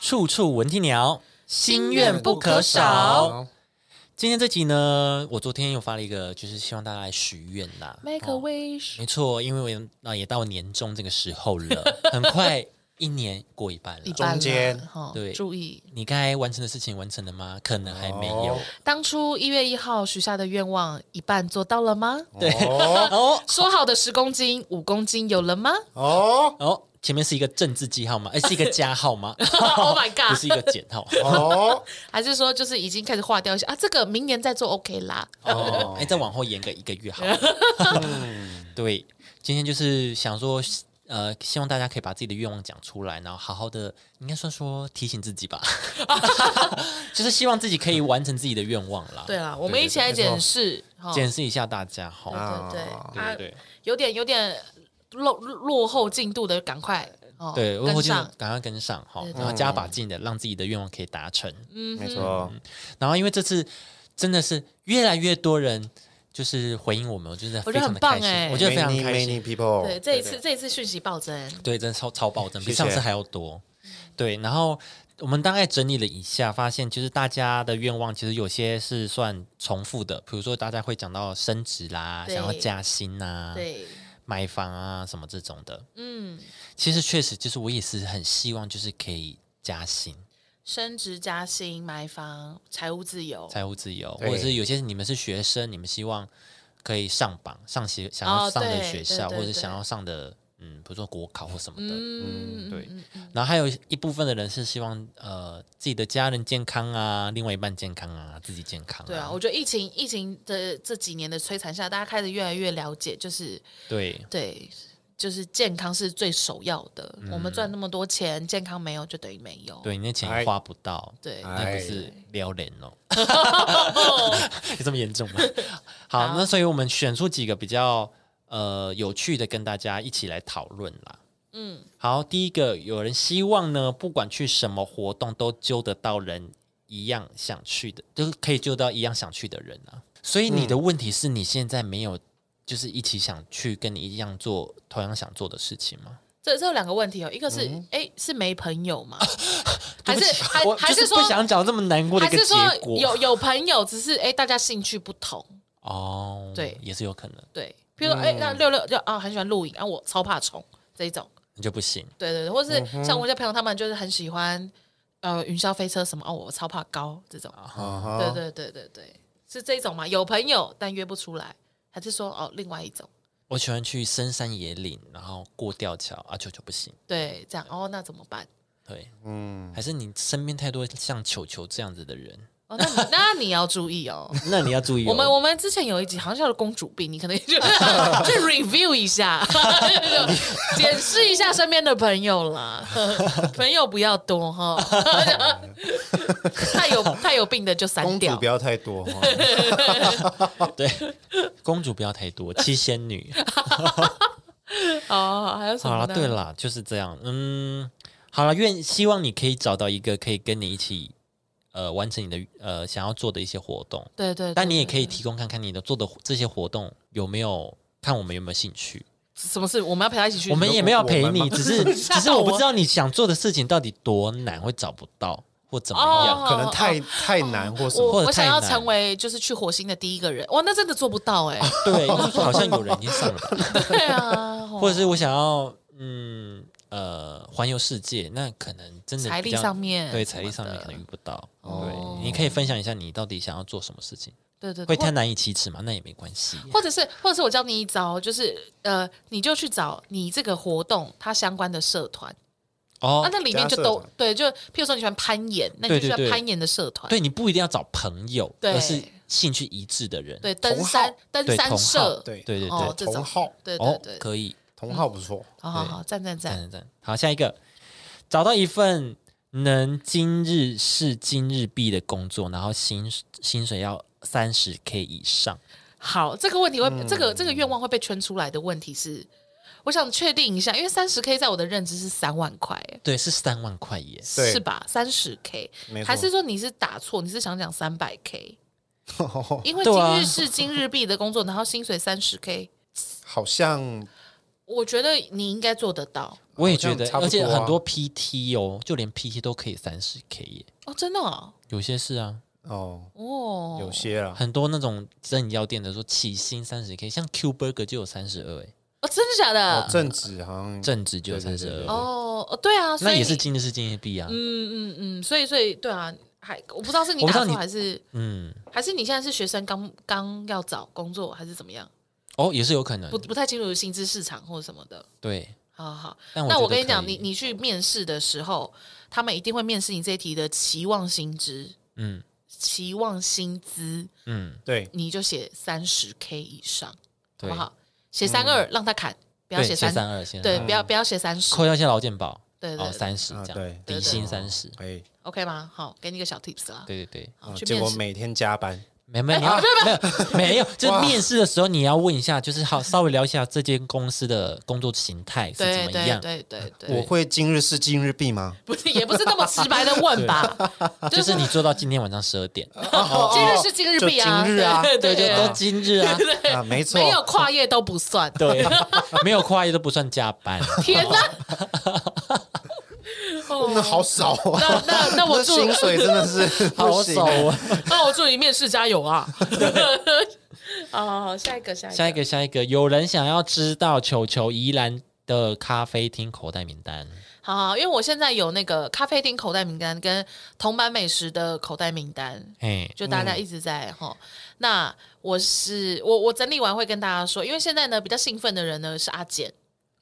处处闻啼鸟，心愿不可少。。今天这集呢，我昨天又发了一个，就是希望大家来许愿呐。 Make a 哦 wish，没错，因为我那也到年终这个时候 了，很快一年过一半了。一半中间了哈对注意，你该完成的事情完成了吗？可能还没有哦。当初一月一号许下的愿望，一半做到了吗？对哦哦说好的十公斤，五公斤有了吗哦哦，前面是一个政治记号吗？哎，是一个加号吗？ ？Oh my 不 god！是一个减号。哦还是说就是已经开始划掉一些啊？这个明年再做 OK 啦。哦，哎，再往后延个一个月好了。嗯对，今天就是想说，呃，希望大家可以把自己的愿望讲出来，然后好好的，应该算说提醒自己 吧，就是希望自己可以完成自己的愿望啦。对啦，我们一起对来对没检错视，哈检视一下大家对哈。对对啊，对啊对，对有点有点落落后进度的，赶快哦，对，我跟后就上。赶快跟上哈对，对然后加把劲的，让自己的愿望可以达成。没错，然后因为这次真的是越来越多人就是回应我们，我觉得我非觉得常很的棒开心哎，我觉得非常开心。 Many many people，对，这一次这一次讯息暴增，对，真的超超暴增，比谢谢上次还要多。对，然后我们大概整理了一下，发现就是大家的愿望其实有些是算重复的，比如说大家会讲到升职啦，对想要加薪呐、对，买房啊什么这种的。嗯，其实确实就是我也是很希望就是可以加薪、升职加薪、买房、财务自由，财务自由，或对者是有些你们是学生，你们希望可以上榜、上学想要哦上的对学对校，对或者是对想要上的嗯，比如说国考或什么的。嗯，对嗯，嗯然后还有一部分的人是希望呃自己的家人健康啊，另外一半健康啊，自己健康、啊。对啊，我觉得疫情疫情的这几年的摧残下，大家开始越来越了解，就是对对，就是健康是最首要的。我们赚那么多钱，健康没有就等于没有。嗯对，你那钱哎花不到，对那哎不是撩人 哦，有这么严重吗？好，好那所以我们选出几个比较呃有趣的，跟大家一起来讨论啦。嗯，好，第一个有人希望呢，不管去什么活动都揪得到人一样想去的，就是可以揪到一样想去的人啊。所以你的嗯问题是你现在没有，就是一起想去跟你一样做同样想做的事情吗？这这有两个问题哦，一个是哎、是没朋友嘛，还嗯 对不是起还我还就是说不想讲这么难过的一还个是结说果？有有朋友，只是哎、大家兴趣不同，哦，对也是有可能，对，比如说哎、嗯那六六就啊很喜欢露营，啊我超怕虫这一种，那就不行。对对对，或嗯是像我一些朋友他们就是很喜欢呃云霄飞车什么，哦我超怕高这种，啊对哦哈对对对对，是这种吗？有朋友但约不出来，还是说哦另外一种？我喜欢去深山野岭，然后过吊桥啊，球球不行。对，这样哦那怎么办？对，嗯，还是你身边太多像球球这样子的人，哦，那 你那你要注意哦。那你要注意、哦。我们我们之前有一集好像叫做公主病，你可能就 去 review 一下， 就检视一下身边的朋友啦， 朋友不要多哈， 太有太有病的就删公掉主不。要太多哈，哦对，公主不要太多，七仙 女。哦，还有什好么了，呢？对了，就是这样。嗯，好了，愿希望你可以找到一个可以跟你一起呃完成你的呃想要做的一些活动，对对，但你也对可以提供看看你的做的这些活动有没有。看我们有没有兴趣，什么事？我们要陪他一起去。我们也没有陪我你，们吗只是吓到只是我不我知道你想做的事情到底多难，会找不到或怎么样。哦可能太太难或什我么，或者我想太要难成为就是去火星的第一个人，哇，那真的做不 到哎、 对，好像有人已经上了吧，对啊，或者是我想要嗯呃环游世界，那可能真的财比力较上面对什财么力上面的可能遇不到。哦对，你可以分享一下你到底想要做什么事情，对对会对，太难以启齿吗？那也没关系。或者是，或者是我教你一招，就是呃，你就去找你这个活动它相关的社团、哦啊，，那里面就加社都团对，就譬如说你喜欢攀岩，那对你就去对对攀岩的社团，对你不一定要找朋友，对而是兴趣一致的人。对登山登对山同社，好对对对哦对，这同种，号对对哦对，，可以，同号不错，好好好，赞赞赞，赞赞。好，下一个，找到一份能今日事今日毕的工作，然后薪薪水要三十 K 以上。嗯好，这个问题会，这个这个愿望会被圈出来的问题是，我想确定一下，因为三十 K 在我的认知是三万块，哎对，是三万块耶。对是吧？三十 K，没错还是说你是打错？你是想讲三百 K？因为对啊今日是今日币的工作，然后薪水三十 K，好像我觉得你应该做得到我也觉得，好像差不多啊而且很多 PT 哦，就连 PT 都可以三十 K 耶，哦，真的哦，有些是啊，哦，哦有些啊，很多那种真饮料店的说起薪三十 K，像 Q Burger 就有三十二哎，哦，真的假哦的？正职好像正值就有三十对对对二，哦哦，对啊，所那以也是你今日事今日毕啊，嗯嗯嗯，所以所以对啊，还我不知道是你我不知打道错你还是嗯，还是你现在是学生刚刚要找工作还是怎么样？哦，也是有可能不，不太清楚薪资市场或者什么的。对。好好好，但我那觉我得跟你讲，可以你你去面试的时候，他们一定会面试你这一题的期望薪资，嗯期望薪资嗯，对你就写三十 K 以上，好对嗯不，好？写三二让他砍，不要对，写写三，三二，写对， 32不要不要写三十扣掉一些劳健保，对对哦，对三十这啊对样，对底薪三十，哎， ，OK 吗？好，给你一个小 tips 啦。对对对，好，啊去结面果试。每天加班，没没有没有没有，就是面试的时候你要问一下，就是好稍微聊一下这间公司的工作形态是对怎么对样，对 对对，我会今日事今日毕吗？不是也不是那么直白的 问吧，就哦就是是你做到今天晚上十二点，今日是今日币啊，就今日啊对对，对就对，都今日啊，啊，没错没，有跨业都不算。 对，没有跨越都不算加班，天哪！哦那好少啊，那那 那 我那祝薪水真的是好不行少啊！ 那我祝你面试加油 啊！好好好，下一个下一个下一个下一个，有人想要知道球球宜兰的咖啡厅口袋名单，好好，因为我现在有那个咖啡厅口袋名单跟铜板美食的口袋名单，嘿，就大家一直在嗯哈、吼那我是我我整理完会跟大家说，因为现在呢比较兴奋的人呢是阿简。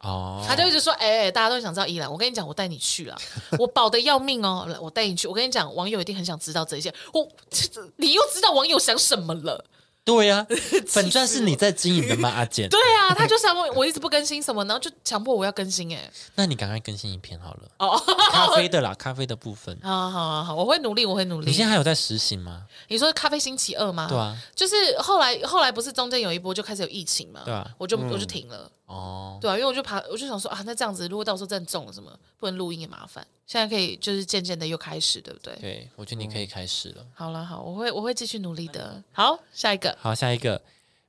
哦，他就一直说：“哎、大家都想知道伊朗，我跟你讲，我带你去 了，我饱的要命哦，来我带你去。我跟你讲，网友一定很想知道这些。我 这这你又知道网友想什么了？对呀，粉钻是你在经营的吗？阿简，对啊，他就想我，我一直不更新什么，然后就强迫我要更新、哎，那你赶快更新一篇好了。哦，咖啡的啦，咖啡的部 分，好好好好好，我会努力，我会努力。你现在还有在实行吗？你说咖啡星期二吗？对啊，就是后来后来不是中间有一波就开始有疫情嘛？对啊我就、我就停了。哦，对啊，因为我就爬，我就想说啊，那这样子如果到时候真的中了什么，不能录音也麻烦。现在可以就是渐渐的又开始，对不对？对，我觉得你可以开始了。好了，好，我会我会继续努力的。好，下一个。好，下一个，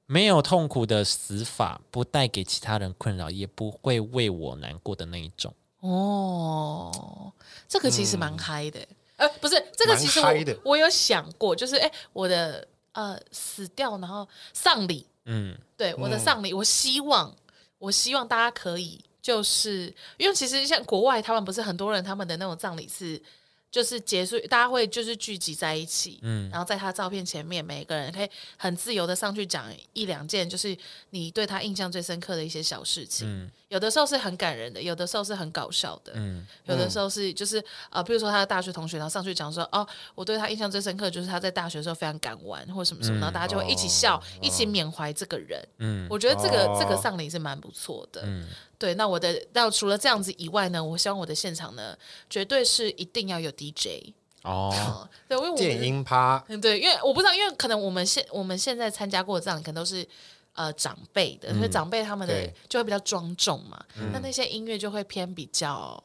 没有痛苦的死法，不带给其他人困扰，也不会为我难过的那一种。哦，这个其实蛮嗨的欸，呃，不是这个嗯蛮其实嗨的我我有想过，就是哎，我的呃死掉，然后丧礼，嗯，对我的丧礼，我希望我希望大家可以，就是因为其实像国外他们不是很多人他们的那种葬礼是。就是结束，大家会就是聚集在一起，嗯，然后在他照片前面，每个人可以很自由的上去讲一两件，就是你对他印象最深刻的一些小事情。有的时候是很感人的，有的时候是很搞笑的，嗯，有的时候是就是呃，比如说他的大学同学，然后上去讲说，哦，我对他印象最深刻就是他在大学的时候非常敢玩或什么什么，然嗯后大家就会一起笑，一起缅怀这个人。嗯，我觉得这个、哦嗯这个丧礼是蛮不错的。对，那我的那除了这样子以外呢，我希望我的现场呢，绝对是一定要有 DJ。哦，嗯，对，因为我们电音趴，嗯，对，因为我不知道，因为可能我们现我们现在参加过的葬礼，可能都是呃长辈的，因为长辈他们的嗯对嗯就会比较庄重嘛，那那些音乐就会偏比较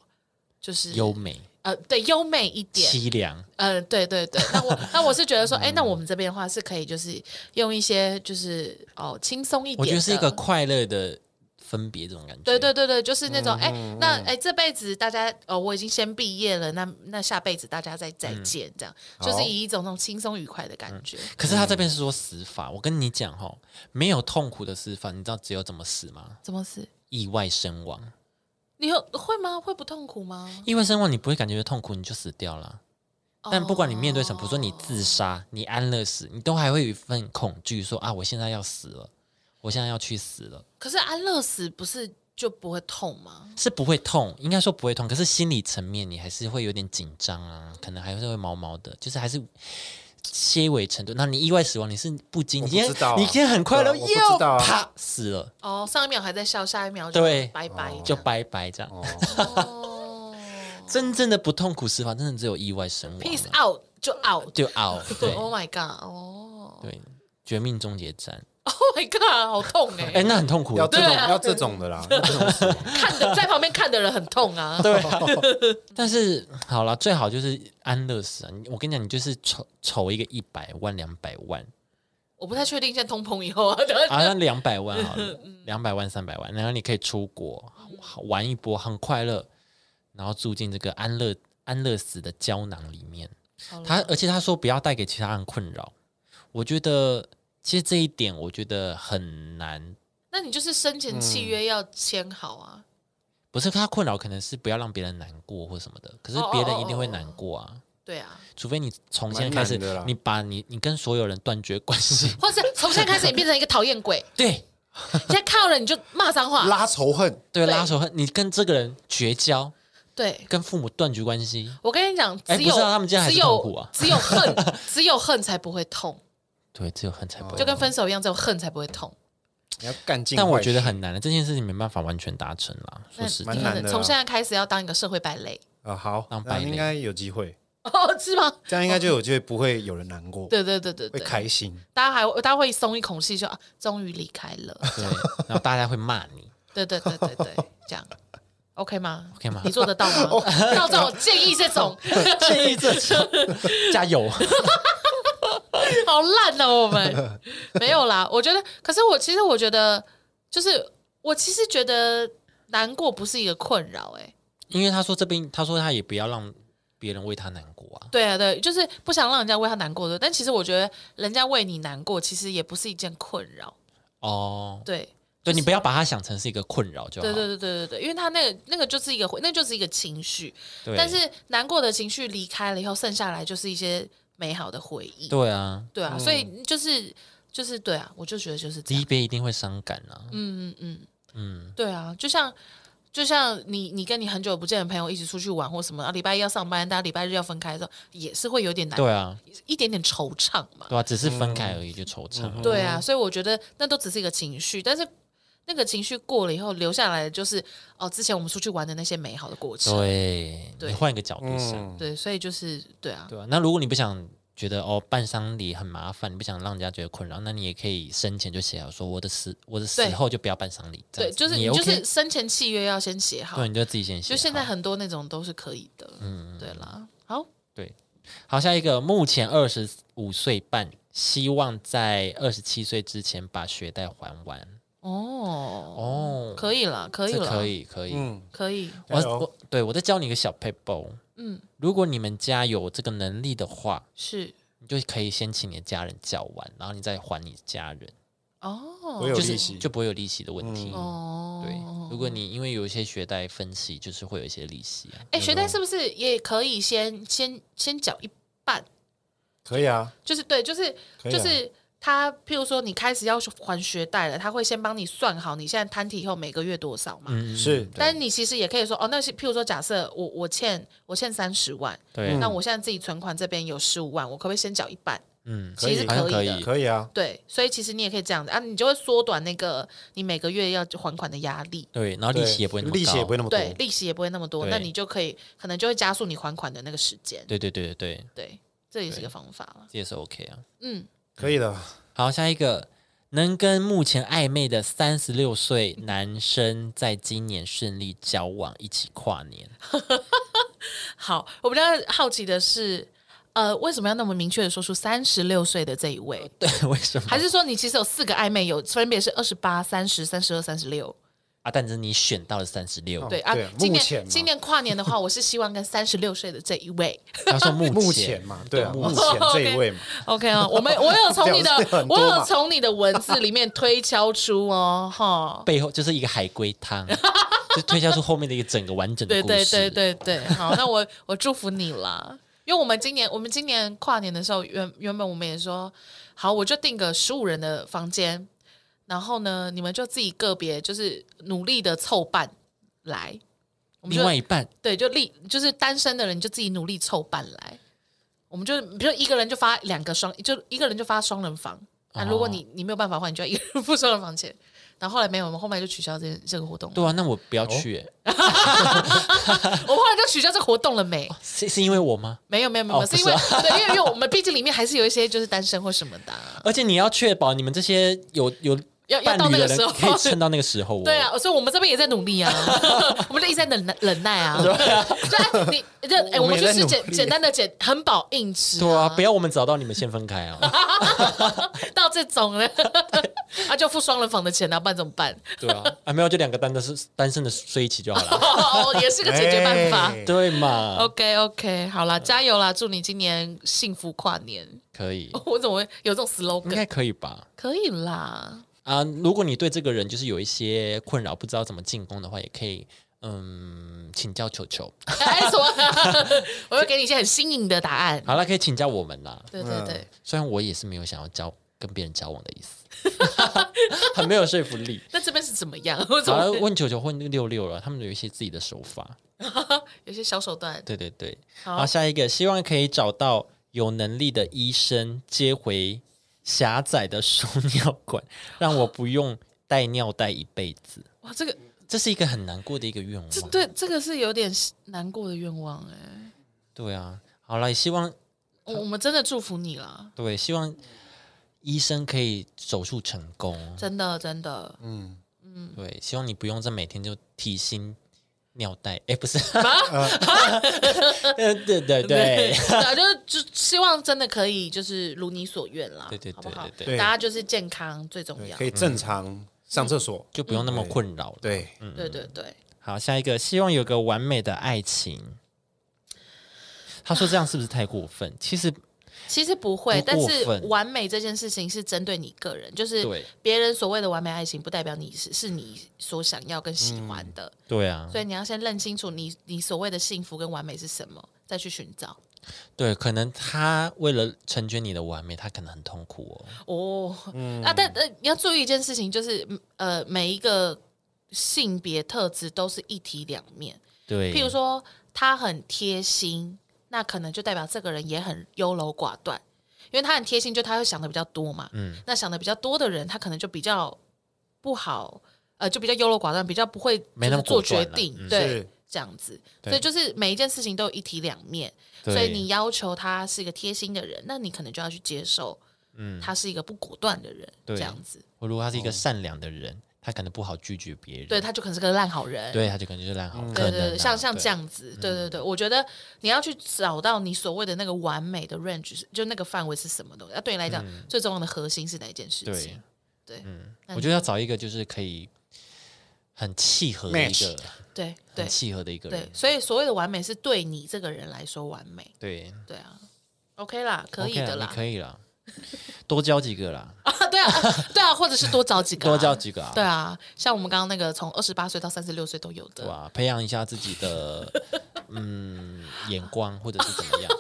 就 是优美、呃对优美一点，凄凉，呃对对对。那我那我是觉得说，哎、那我们这边的话是可以就是用一些就是哦轻松一点的，我觉得是一个快乐的分别，这种感觉。对对对对，就是那种嗯哎、那哎、这辈子大家哦，我已经先毕业了，那那下辈子大家再嗯再见，这样、就是好以一种那种轻松愉快的感觉。可是他这边是说死法，我跟你讲哈、哦，没有痛苦的死法，你知道只有怎么死吗？怎么死？意外身亡，你有会吗？会不痛苦吗？意外身亡你不会感觉痛苦，你就死掉了。但不管你面对什么，比如说你哦自杀、你安乐死，你都还会有一份恐惧，说啊，我现在要死了，我现在要去死了，可是安乐死不是就不会痛吗？是不会痛，应该说不会痛，可是心理层面你还是会有点紧张啊，可能还是会毛毛的，就是还是些微程度。那你意外死亡，你是不经，我你不今天知道啊你今天很快乐，对啊我不知又道啊啪死了，哦，上一秒还在笑，下一秒就对拜拜这样，就拜拜这样。哦哦 真正的不痛苦死法，真的只有意外身亡，peace 啊， out 就 out。就 out 对，Oh my god！哦，对，绝命终结战。 Oh my god，好痛哎、 哎，那很痛苦要。这种对啊要这种的啦，要这种死亡看的 在旁边看的人很痛 啊。对啊、嗯但是好了，最好就是安乐死啊！你我跟你讲，你就是筹筹一个一百万、两百 万我不太确定现在通膨以后啊， 啊，那两百万好了，嗯两百万、三百万，然后你可以出国好玩一波，很快乐，然后住进这个安乐安乐死的胶囊里面。好了他而且他说不要带给其他人困扰，我觉得其实这一点我觉得很难。那你就是生前契约要签好嗯啊。不是他困扰，可能是不要让别人难过或什么的。可是哦哦别人哦一定哦会哦难过啊，对啊，除非你从蛮现在开始难的啦，你把你你跟所有人断绝关系。 或者是从现在开始你变成一个讨厌 鬼，对现在看到人你就骂脏话，拉仇恨，对，对拉手，你跟这个人绝交，对。跟父母断绝关系。我跟你讲，哎只有、不是啊他们今天还是只痛苦啊有 只有恨， 只有恨才不会痛，对，只有恨才不会就跟分手一样，只有恨才不会痛。你要干尽坏但事。我觉得很难的，这件事情没办法完全达成啦。说那实你在蛮，难的啊从现在开始要当一个社会败 类啊，好当，败那类应该有机会，哦，是吗？这样应该就有机会不会有人难哦过，对对对对会对，开心。大家还大家会松一口气，就啊，终于离开了。 对，然后大家会骂你。对对对对对，这样 OK 吗 OK 吗你做得到吗？到这种建议这种建议这种加油， 好烂哦，我们没有啦。我觉得，可是我其实我觉得，就是我其实觉得难过不是一个困扰、欸，哎， 因为他说这边，他说他也不要让别人为他难过啊。对啊对，就是不想让人家为他难过的。但其实我觉得，人家为你难过，其实也不是一件困扰。哦，对对你不要把它想成是一个困扰就好。对对对对对对，因为他那个那个就是一个那就是一个情绪，对但是难过的情绪离开了以后，剩下来就是一些美好的回忆。对啊，对啊，所以就是就是对啊，我就觉得就是这离样。别一定会伤感啊。嗯对啊，就像就像你你跟你很久不见的朋友一起出去玩或什么，啊，礼拜一要上班，大家礼拜日要分开的时候，也是会有点难，对啊，一点点惆怅嘛。对啊，只是分开而已就惆怅。对啊，所以我觉得那都只是一个情绪，但是那个情绪过了以后，留下来的就是哦，之前我们出去玩的那些美好的过程。对，对你换一个角度想，嗯，对，所以就是对啊，对啊，那如果你不想觉得哦办丧礼很麻烦，你不想让人家觉得困扰，那你也可以生前就写好说我的死我的死对后就不要办丧礼。这样对，子就是你你也就 OK 是生前契约要先写好对，，你就自己先写好。就现在很多那种都是可以的，嗯，对啦，好，对，好，下一个，目前二十五岁半，希望在二十七岁之前把学贷还完。哦，哦，可以了，可以这了，可以，可以。嗯，可以，我加油我对我再教你一个小 paper。嗯嗯，如果你们家有这个能力的话，是你就可以先请你的家人叫完，然后你再还你家人，哦，我有就利是息嗯就不会有利息的问题。哦，对，如果你因为有一些学贷分期，就是会有一些利息啊。哎，学贷是不是也可以先先先缴一半？可以啊，就是对，就是可以啊就是他，譬如说你开始要还学贷了，他会先帮你算好你现在摊提以后每个月多少嘛。嗯，是，但你其实也可以说，哦，那是譬如说，假设我我欠我欠三十万，嗯对，那我现在自己存款这边有十五万，我可不可以先缴一半？嗯，其实可以可好像可以以的，可以啊，对，所以其实你也可以这样子啊，你就会缩短那个你每个月要还款的压力。对，然后利啊对息也不会那么高，利息也不会那么多，对，利息也不会那么多，对那你就可以可能就会加速你还款的那个时间。对对对对对，对，这也是个方法了。这也是 OK 啊。嗯，可以的，好，下一个，能跟目前暧昧的三十六岁男生在今年顺利交往，一起跨年。 好，我比较好奇的是，呃，为什么要那么明确的说出三十六岁的这一位？呃对，为什么？还是说你其实有四个暧昧，有分别是二十八、三十、三十二、三十六？啊，但是你选到了三十六，对啊哦对，今目前年嘛今年跨年的话，我是希望跟三十六岁的这一位。他 说目目前前嘛，对啊，对目目前前这一 位嘛， OK 啊，我们我有从你的屌丝很多我嘛有从你的文字里面推敲出 哦，哈，背后就是一个海龟汤， 就推敲出后面的一个整个完整的对故对事。对对对，好，那我我祝福你啦。因为我们今年，我们今年跨年的时候，原原本我们也说，好，我就订个十五人的房间，然后呢，你们就自己个别就是努力的凑伴来，我们另外就一半对，就力就是单身的人你就自己努力凑伴来，我们就比如一个人就发两个双，就一个人就发双人房，那、哦 如果你你没有办法的话，你就要一个人付双人房钱，然后后来没有，我们后面就取消这这个活动了。对啊，那我不要去、欸，我后来就取消这个活动了没？是是因为我吗？没有没有没有，哦是因为、不对，因为因为我们毕竟里面还是有一些就是单身或什么的啊、而且你要确保你们这些有有要要伴到侣那的个时人候可以撑到那个时候、哦。 对，啊，所以我们这边也在努力 啊，我们就一直在忍耐忍耐啊。对啊，你这哎、我我们们也去在吃努简力简单的简很饱硬吃、对啊，不要我们找到你们先分开 啊。到这种 了，啊，就付双人房的钱啊，不然怎么办？对啊，啊没有，就两个单的是单身的睡一起就好了， 哦，也是个解决办法。哎对嘛？ OK OK，好啦，加油啦！祝你今年幸福跨年。可以， 我怎么会有这种应 slogan？该可以吧？可以啦，啊，如果你对这个人就是有一些困扰，不知道怎么进攻的话，也可以嗯请教球 球。哎，什么？我会给你一些很新颖的答案。好了，可以请教我们啦。对对对，虽然我也是没有想要交跟别人交往的意思， 很没有说服力。那这边是怎么样？ 我怎好么了， 问球球问六六了，他们有一些自己的手法。有些小手段？对对对，好然后下一个，希望可以找到有能力的医生接回狭窄的输尿管，让我不用带尿袋一辈子。 哇，这个这是一个很难过的一个愿这望。对这个是有点难过的愿望哎、对啊，好了，也希望我我们真的祝福你啦，对，希望医生可以手术成功。真的真的。嗯，对，希望你不用再每天就提心尿袋。哎，不是，呃， 对 对对，啊，就是就希望真的可以就是如你所愿啦，对对好不好？对对对大家就是健康最重对，要可，以正常上厕所，就不用那么困扰了。对，对嗯对对。好，下一个，希望有个完美的爱情。他说这样是不是太过分？其实其实不会，不但过是分完美这件事情是针对你个人，就是对别人所谓的完美爱情，不代表你是是你所想要跟喜欢的，对啊，所以你要先认清楚你你所谓的幸福跟完美是什么，再去寻找。对，可能他为了成全你的完美，他可能很痛苦哦。哦，嗯啊，但呃，你要注意一件事情，就是嗯呃，每一个性别特质都是一体两面。对，譬如说，他很贴心，那可能就代表这个人也很优柔寡断，因为他很贴心，就他会想的比较多嘛。嗯那想的比较多的人，他可能就比较不好，呃，就比较优柔寡断，比较不会没那么就是做果断决啊定，嗯对是，这样子。对所以就是每一件事情都有一体两面，对所以你要求他是一个贴心的人，那你可能就要去接受，嗯他是一个不果断的人，对这样子，我如果他是一个善良的人，他可能不好拒绝别人，对，他就可能是个烂好人。对，他就可能就是烂好，嗯可对能对啊对，像像对嗯这样子，对对对，我觉得你要去找到你所谓的那个完美的 range，就那个范围是什么东西？那对你来讲，最重要的核心是哪一件事嗯对情？对我觉得要找一个就是可以很契合的一个 Match，对对很契合的一个对人，，所以所谓的完美是对你这个人来说完美，对，对啊，OK 啦，可以 OK 啦的啦你可以啦，多交几个啦， 啊，对啊，啊对啊，或者是多找几 个啊、多交几个啊，对啊，像我们刚刚那个从二十八岁到三十六岁都有对的，吧？培养一下自己的 嗯眼光，或者是怎么样？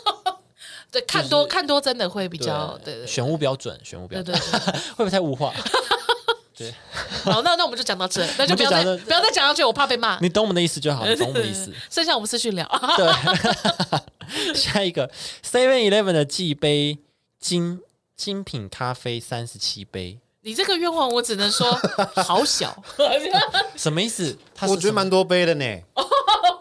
对，看多看多真的会 比较，对对选物标准，选物标对对准对。对会不会太物 化？好，那那我们就讲到这，那就不要再我们就讲到不要再讲下去，我怕被骂。你懂我们的意思就好，你懂我们的意 思。剩下我们私讯聊， 下一个 Seven Eleven 的记杯精精品咖啡三十七杯，你这个愿望我只能说 好小， 什么意思？他我觉得蛮多杯的呢，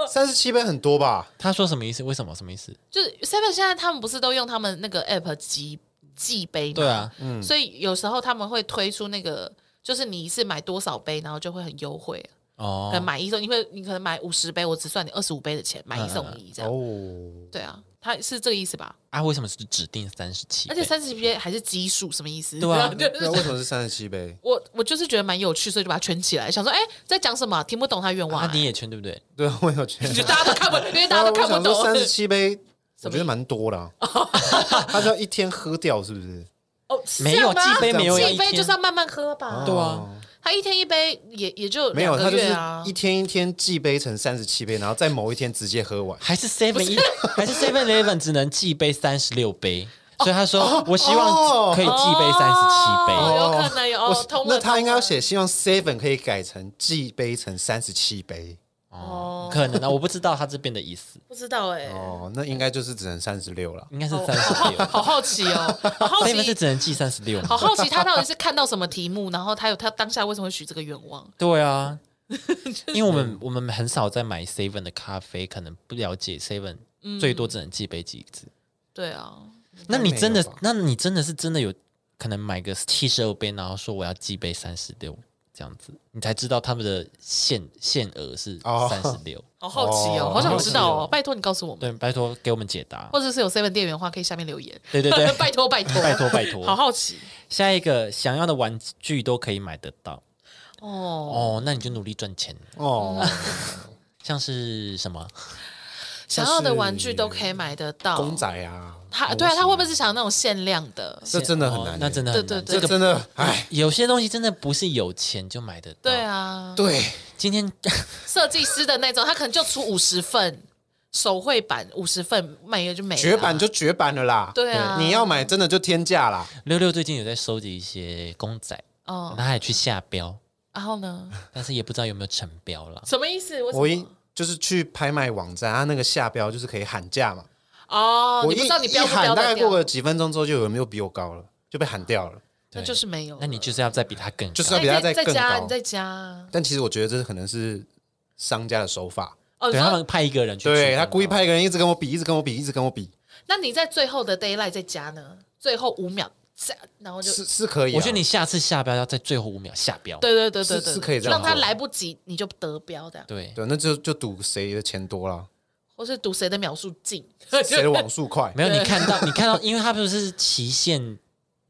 三十七杯很多吧？他说什么意思？为什么？什么意思？就是 Seven 现在他们不是都用他们那个 app 集寄杯吗？对啊，所以有时候他们会推出那个，就是你一次买多少杯，然后就会很优惠，可能哦，买一送，你会你可能买五十杯，我只算你二十五杯的钱，买一送一这样。哦，对啊，他是这个意思吧？啊，为什么是指定三十七？而且三十杯还是奇数，什么意思？对啊就是那为什么是三十七杯？我我就是觉得蛮有趣，所以就把它圈起来，想说，哎，在讲什么？听不懂他愿望、啊，哎你也圈对不对？对啊，我有觉就得，大家都看不，因为大家都看不我想说懂。三十七杯，什我么觉得蛮多的啊， 他是要一天喝掉是不 是？哦，是没有这样吗记杯，没有要一一杯天就是要慢慢喝吧。对啊，他一天一杯也也就哦没有，两他个就是月啊。一天一天记杯成三十七杯，然后在某一天直接喝完。还是 Seven 一还是 Seven Eleven 只能记杯三十六杯，所以他说我希望可以记杯三十七杯。 哦，有可能有我哦，通了那他应该要通了写，希望 seven 可以改成记杯成三十七杯，哦，可能啊，我不知道他这边的意思，不知道哎、哦，那应该就是只能三十六了。应该是哦三十 六，好好奇哦，好 好所以你们是奇，只能记三十六好好奇他到底是看到什么题目，然后他有他当下为什么会许这个愿望？对啊，因为我们我们很少在买 Seven 的咖啡，可能不了解 Seven，、最多只能寄杯几次。对啊，那你真的没有吧，那你真的是真的有可能买个七十二杯，然后说我要寄杯三十六这样子，你才知道他们的限限额是哦三十六。好好奇哦，哦好想知道好哦，拜托你告诉我们，对，拜托给我们解答。或者是有 seven 店员的话，可以下面留言，对对对 拜托拜托拜托拜好托，好奇下一个想要的玩具都可以买得到哦，哦，那你就努力赚钱。哦，嗯像是什么？想要的玩具都可以买得到，公仔啊，他对啊，他会不会是想要那种限量的？这真的很哦难欸，那真的很难对对这对这个真的，哎，有些东西真的不是有钱就买得到。对啊，对，今天 设计师的那种，他可能就出五十份手绘版，五十份卖了就没了绝版就绝版了啦。对啊，你要买真的就天价啦，六六最近有在收集一些公仔，哦，他还去下标，然后呢？但是也不知道有没有成标啦。什么意思？为什么我一就是去拍卖网站，它啊那个下标就是可以喊价嘛。哦，我你一不知道你一标不喊，标大得概过掉，哦个几分钟之后就有人又比我高了，就被喊掉了。那就是没有了。那你就是要再比他更高就是那要你比他再再再更加，高你再加但其实我觉得这可能是商家的手法，哦。你对他说，们派一个人去，对他故意。派一个人一直跟我比，一直跟我比，一直跟我比，那你在最后的 d a y l i g h t 再加呢？最后五秒加，然后就是是可以啊。我觉得你下次下标要在最后五秒下标。对对对对是对，是可以这样让他做来不及，你就得标这样，对对，那就就赌谁的钱多 啦，或是赌谁的秒数近。谁的网速快。没有你看到你看到，因为他不是期限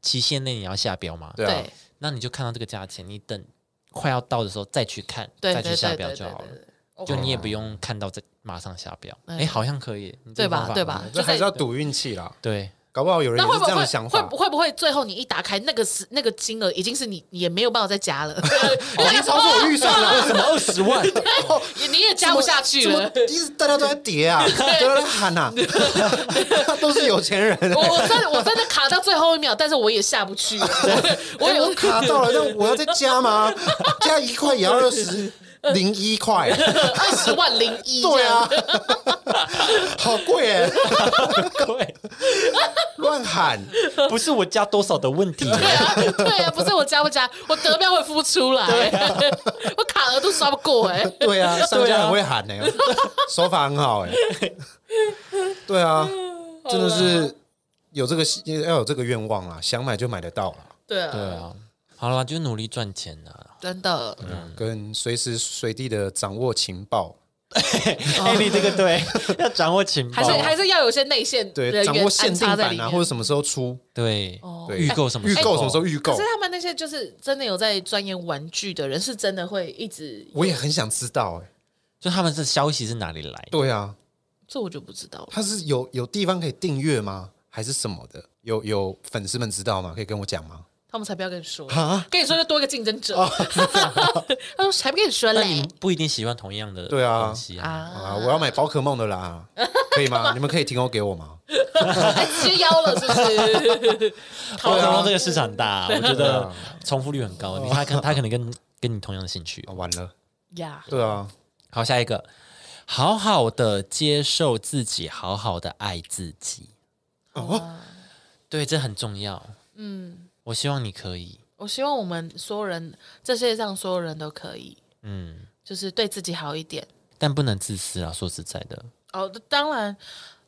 期限内你要下标嘛，对啊，那你就看到这个价钱，你等快要到的时候再去看，对再对去对下对标对就对好了。对，OK 就你也不用看到再马上下标，嗯哎，好像可以，你这对个吧方法对吧？这就还在是要赌运气啦，对，搞不好有人那也会是不会这样的想会法不。会不会最后你一打开那个是那个金额已经是你你也没有办法再加 了，因为哦已经超出 我预算了，什么二十万？你你也加不下去怎么了。一直大家都在叠 啊，都在喊啊， 都是有钱人。我我真的我真的卡到最后一秒，但是我也下不去，我哎有我 卡到了，那我要再 加吗？加一块也要二十零一块，二十万零一这对样 啊。，好贵哎，对，乱喊。不是我加多少的问题，对啊，对啊，不是我加不加，我得标会孵出来，我卡额度刷不过哎、啊对啊，商家很会喊呢、手法很好哎、对啊，真的是有这个要有这个愿望啦，想买就买得到啦，对啊，对啊，好了，就努力赚钱啊！真的，嗯跟随时随地的掌握情报，艾莉哎这个对，要掌握情哦还报啊是，还是要有些内线啊对，人掌员握限安定插在版里啊，面或者什么时候出，对哦对，预购什么预时候购什么时候预可购是，他们那些就是真的有在钻研玩具的人，是真的会一直，我也很想知道哎、就他们这消息是哪里来？对啊，这我就不知道了。它是有有地方可以订阅吗？还是什么的？有有粉丝们知道吗？可以跟我讲吗？他们才不要跟你说啊，跟你说就多一个竞争者。哦 他说才不跟你说那你们嘞不一定喜欢同样的对啊东西啊。啊，啊，我要买宝可梦的啦，可以吗？你们可以提供给我吗？哎吃腰了是不是？宝 可对梦啊这个市场大，我觉对得啊哦重复率很高，你他可他可能跟跟你同样的兴趣哦啊。完了，呀，对啊，好，下一个，好好的接受自己，好好的爱自己，哦，对，这很重要。嗯，我希望你可以，我希望我们所有人，这世界上所有人都可以，嗯，就是对自己好一点。但不能自私啊。说实在的，哦，当然，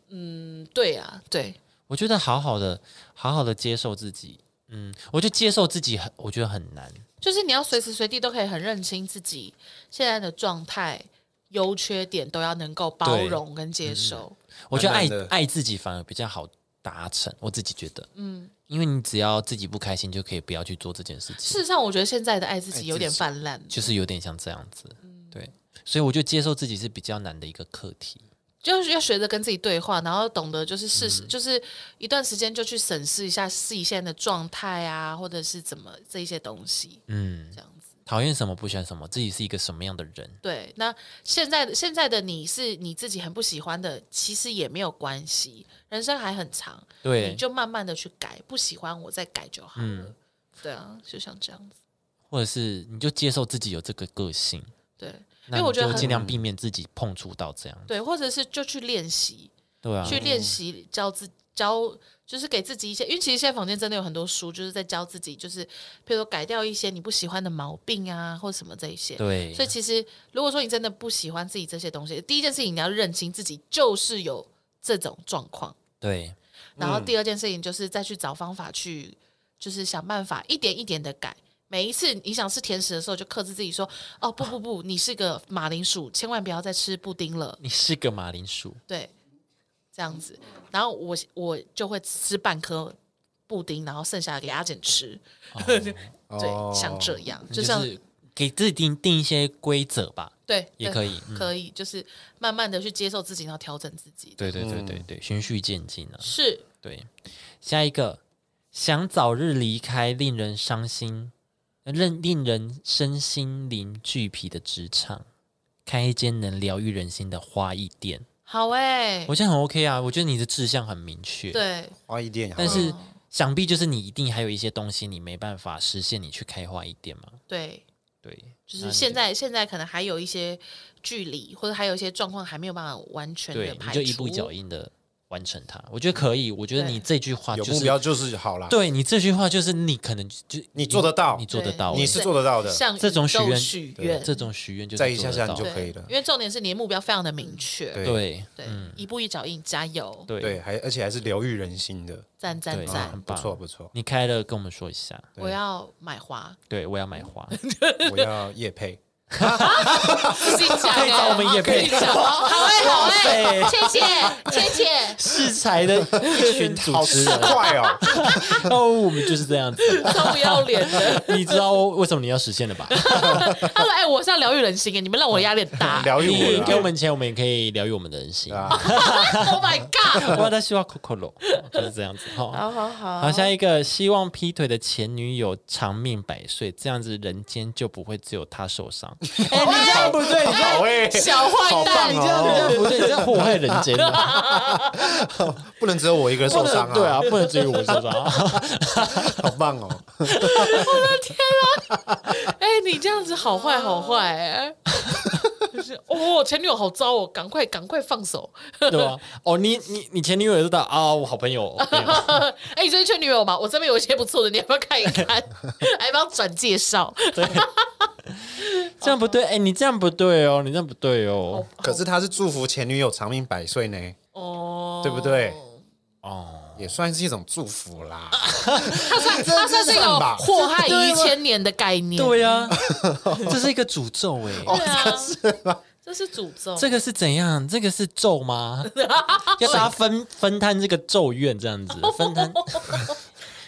嗯，对啊，对，我觉得好好的，好好的接受自己。嗯，我就接受自己很，我觉得很难。就是你要随时随地都可以很认清自己现在的状态、优缺点，都要能够包对嗯容跟接受。我觉得爱慢慢地爱自己反而比较好达成，我自己觉得，嗯，因为你只要自己不开心，就可以不要去做这件事情，事实上，我觉得现在的爱自爱自己己有点泛滥，就是有点像这样子，嗯对，所以我觉得接受自己是比较难的一个课题，就是要学着跟自己对话，然后懂得就是事嗯实，就是一段时间就去审视一下自己现在的状态啊，或者是怎么这一些东西，嗯这，样子。讨厌什么不喜欢什么，自己是一个什么样的人，对，那现在的现在的你是你自己很不喜欢的，其实也没有关系，人生还很长，对嗯你就慢慢的去改，不喜欢我再改就好了。对啊，就像这样子。或者是你就接受自己有这个个性，对，那因为我觉得你就很尽量避免自己碰触到这样，对，或者是就去练习，对啊，去练习教自教，就是给自己一些，因为其实现在房间真的有很多书，就是在教自己，就是譬如说改掉一些你不喜欢的毛病啊，或什么这一些。对，所以其实如果说你真的不喜欢自己这些东西，第一件事情你要认清自己就是有这种状况，对，然后第二件事情就是再去找方法去，就是想办法一点一点的改。每一次你想吃甜食的时候，就克制自己说：“哦，不不不，你是个马铃薯，千万不要再吃布丁了。”你是个马铃薯，对，这样子。然后我我就会吃半颗布丁，然后剩下的给阿简吃。对，哦像这样，你就就像是给自己定定一些规则吧，对，也对可以嗯可以，就是慢慢的去接受自己，然后调整自己。对对对对对，循序渐进啊，是对，下一个想早日离开令人伤心、呃令令人身心灵俱疲的职场，开一间能疗愈人心的花艺店，好哎、我觉得很 OK 啊，我觉得你的志向很明确，对，花艺店好像，啊但是嗯想必就是你一定还有一些东西你没办法实现，你去开花一店嘛。对，对，就是现在现在可能还有一些距离，或者还有一些状况还没有办法完全对，的你排就除。一步一脚印的完成它。我觉得可以，我觉得对你这句话有就目是标就是好啦。对你这句话就是你可能就你做得到你做得对到，你是做得到的，向这种哦宇许宙愿许对愿，这种许愿就是再一做下得下你到就对可以了因为重点是你的目标非常的明确。对嗯对嗯对，一步一脚印，加油，对对，还而且还是疗愈人心的，啊赞赞对嗯赞！很不棒。错不错你开了跟我们说一下，对我要买花，对我要买花，我要叶配，自己讲可以找我们业配可以找好哎好哎，哇谢谢谢谢，适才的一群 主好持市人，快哦！哦，我们就是这样子。超不要脸的。你知道为什么你要实现了吧？他说：“哎，我是要疗愈人心哎，你们让我压力很大。疗愈你我给我啦们钱，我们也可以疗愈我们的人心。 啊， ”Oh my god！我的希望 Coco 哦就是这样子哈。好好好好，下一个，希望劈腿的前女友长命百岁，这样子人间就不会只有她受伤。哎、你这样不对，你这样好哎，小坏好蛋棒你这样你哦这样 不对，你这样祸害人间啊。不能只有我一个人不 受能伤啊！对啊，，不能只有我受伤啊。好棒哦！哎，你这样子好坏好坏哎。就是哦，前女友好糟哦，赶快赶快放手！ 对吧？哦，你你你前女友也知道啊，我好朋友，我朋友哎，你最近缺女友吗？我这边有一些不错的，你要不要看一看？还帮转介绍，这样不对，哎、你这样不对哦，你这样不对好哦， 可是他是祝福前女友长命百岁呢，哦，对不对？哦，也算是一种祝福啦。它算它算是一种祸害一千年的概念，对呀、哦这是一个诅咒哎、对啊， 这是诅咒，这个是怎样？这个是咒吗？要 大家分分摊这个咒怨，这样子 分摊。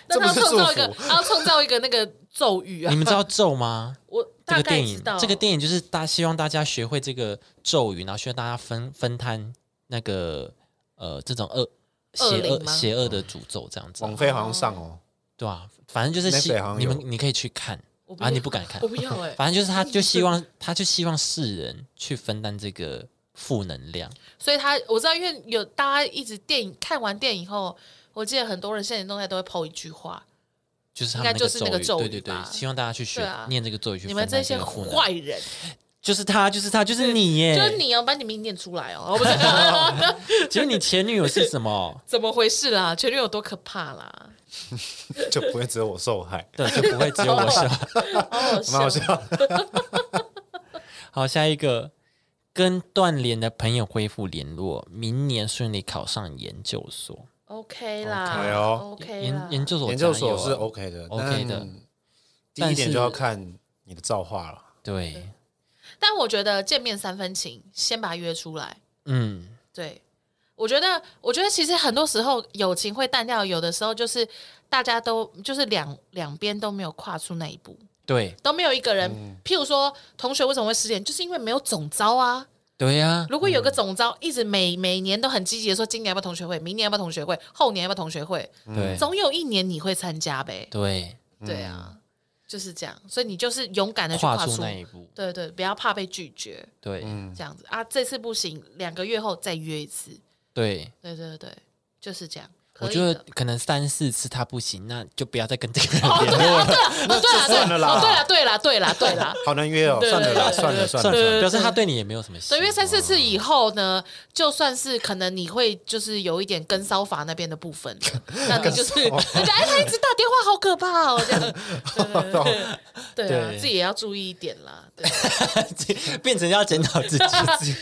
那他要这不是创造一个祝，他要创造一个那个咒语啊你，们知道咒吗？我这大个概电知影道，这个电影就是大希望大家学会这个咒语，然后希望大家分分摊那个呃这种恶恶邪灵恶吗邪恶的诅咒这样子，啊王菲好像上哦，对吧、反正就是希 Netflix 好像有你们你可以去看我不啊，要你不敢看我，不要哎， 反正就是他就希望他就希望世人去分担这个负能量，所以他我知道，因为有大家一直电影看完电影后，我记得很多人现在动态都会抛一句话：就是他们应该就是那个个咒咒语，语对对对吧，希望大家去学、对啊念这个咒语去你分们担这这些个负能量坏，人，就是他就是他就是你耶，就是你要把你名念出来哦，哦不是？就是你前女友是什么 怎么回事啦？前女友多可怕啦！就不会只有我受害，对，就不会只有我笑。 好好蛮笑好笑。好，下一个，跟断联的朋友恢复联络，明年顺利考上研究所。 ，OK 啦 OK 哦，OK 啦研，研究所研究加油所啊是哦 OK 的 OK 的。但第一点但是就要看你的造化了。对，但我觉得见面三分情，先把它约出来。嗯，对，我觉得，我觉得其实很多时候友情会淡掉，有的时候就是大家都就是两两边都没有跨出那一步，对，都没有一个人。嗯譬如说，同学为什么会失联，就是因为没有总招啊。对呀、如果有个总招，一直每每年都很积极的说，今年要不要同学会，明年要不要同学会，后年要不要同学会，对，总有一年你会参加呗。对，对啊，就是这样。所以你就是勇敢的去跨跨出出那。一嗯步，对对，不要怕被拒绝，对，这样子啊，这次不行，两个月后再约一次，对，对对对，就是这样。我可以觉的得可能三四次他不行，那就不要再跟这个人 联络了。哦，对啦，对算了啦哦，对啦，对啦，对啦，对啦。好难约哦，对算了啦，对对算了对算算了，了，对表示他对你也没有什么心。对，因 为三四次以后呢，就算是可能你会就是有一点跟骚法那边的 部分了，那你就是人家哎，他一直打电话，好可怕哦，这 样，对对啊，对自己也要注意一点啦。 对，变成要检讨自己。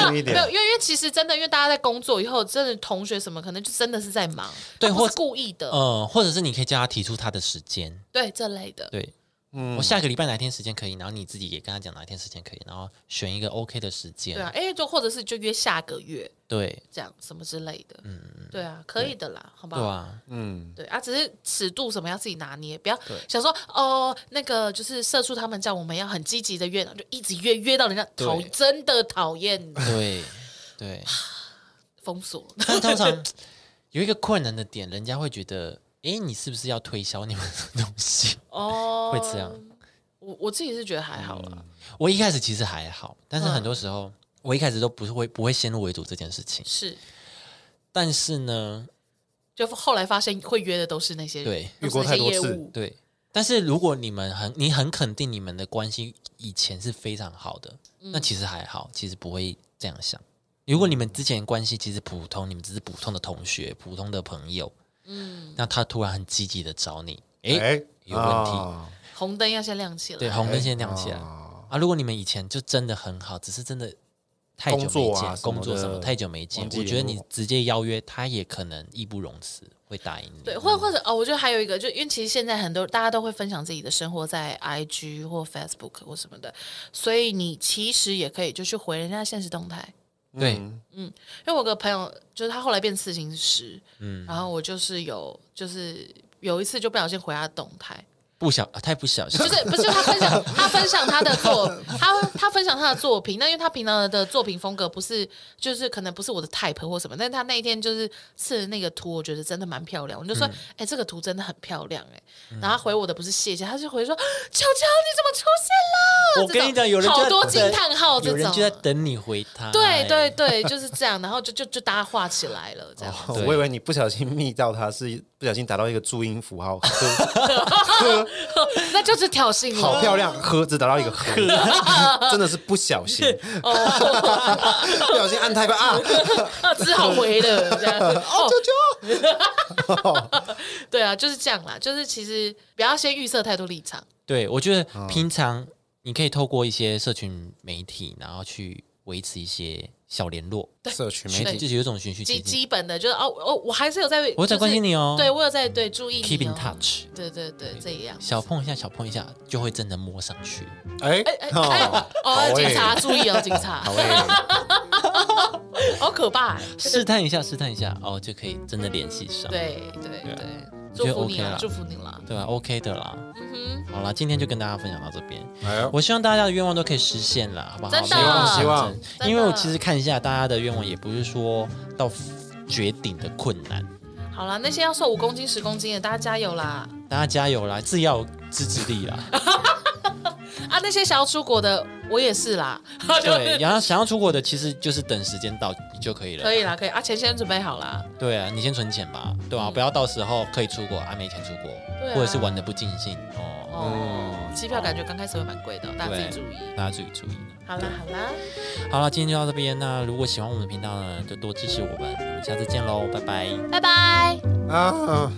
注意没有，一点。因为因为其实真的，因为大家在工作以后，真的同学什么可能就真的是在忙，对他不或是故意的，嗯，或者是你可以叫他提出他的时间。对这类的，对，嗯我，下个礼拜哪天时间可以，然后你自己也跟他讲哪天时间可以，然后选一个 OK 的时间。对啊，哎，就或者是就约下个月对这样什么之类的，嗯，对啊，可以的啦，好吧，对啊，嗯，对啊，只是尺度什么要自己拿捏，不要想说哦，那个就是社畜他们叫我们要很积极的约，然后就一直约约到人家对讨，真的 讨厌对对。封锁。但通 常有一个困难的点，人家会觉得，诶，你是不是要推销你们的东西？哦，会这样。嗯我我自己是觉得还好啦，我一开始其实还好，但是很多时候、我一开始都不是会不会先入为主这件事情。是但是呢，就后来发现会约的都是那些对都是遇过那些太多业次务，对，但是如果你们很你很肯定你们的关系以前是非常好的，那其实还好，其实不会这样想。如果你们之前关系其实普通，你们只是普通的同学、普通的朋友，嗯，那他突然很积极的找你，诶，哎，有问题啊红灯要先亮起来。对，红灯先亮起来、哦啊！如果你们以前就真的很好，只是真的太久没工作见，啊什么工作什么的太久没见忘，记我觉得联你络直接邀约他也可能义不容辞，会答应你。对，或或者哦，我觉得还有一个，就因为其实现在很多大家都会分享自己的生活在 IG 或 Facebook 或什么的，所以你其实也可以就去回人家现实动态，对嗯 因为我有个朋友，就是他后来变刺青师，嗯，然后我就是有，就是有一次就不小心回他的动态，不小、啊太不小心，不 是不是他分享他分享他的作，他他分享他的作品，那因为他平常的作品风格不是，就是可能不是我的 type 或什么，但他那一天就是刺的那个图，我觉得真的蛮漂亮，我就嗯说，哎、这个图真的很漂亮、哎、然后他回我的不是谢谢，他就回说，球球你怎么出现了？我跟你讲，有这人就种好在多等惊叹号，这有种人就在等你回他。对哎对对，就是这样，然后就就就大家画起来了，这样。哦对我以为你不小心密到他是不小心打到一个注音符 号，呵 那就是挑衅了。好漂亮，呵字打到一个呵，真的是不小心，哦不小心按太快啊，啊， 只好回了。这 样哦，舅舅。 对啊，就是这样啦。就是其实不要先预设太多立场。对，我觉嗯得平常你可以透过一些社群媒体，然后去维持一些小联络，社群循媒体就是有一种循序基渐进基本的就是哦哦，我还是有在，我有在就是关心你哦对我有在对注意，keep 你 in 哦。 touch，对对对，这样。小碰一下，小碰一下，就会真的摸上去。哎哎哎哦哦，警察哎注意哦，警察，好哎，好可怕。试探一下，试探一下，哦，就可以真的联系上，对对对啊对，我觉祝得福你 OK 啦啦，祝福你啦。对吧？OK 的啦。嗯好啦，今天就跟大家分享到这边。哎呦我希望大家的愿望都可以实现啦，好不好？真的希望希望真的因为我其实看一下大家的愿望，也不是说到绝顶的困难。好啦，那些要瘦五公斤、十公斤的，大家加油啦！大家加油啦，自己要有自制力 啦。啊，那些想要出国的，我也是啦。对，然后想要出国的，其实就是等时间到就可以了。 可以啦，可以啊，钱先准备好啦。对啊，你先存钱吧，对啊，不要到时候可以出国啊，没钱出国，嗯对啊或者是玩的不尽兴哦。哦，机票感觉刚开始会蛮贵的，大家自己注意。大家注意注意。好啦好啦，好了，今天就到这边。那如果喜欢我们的频道呢，就多支持我们。我们下次见喽，拜拜。拜拜。啊。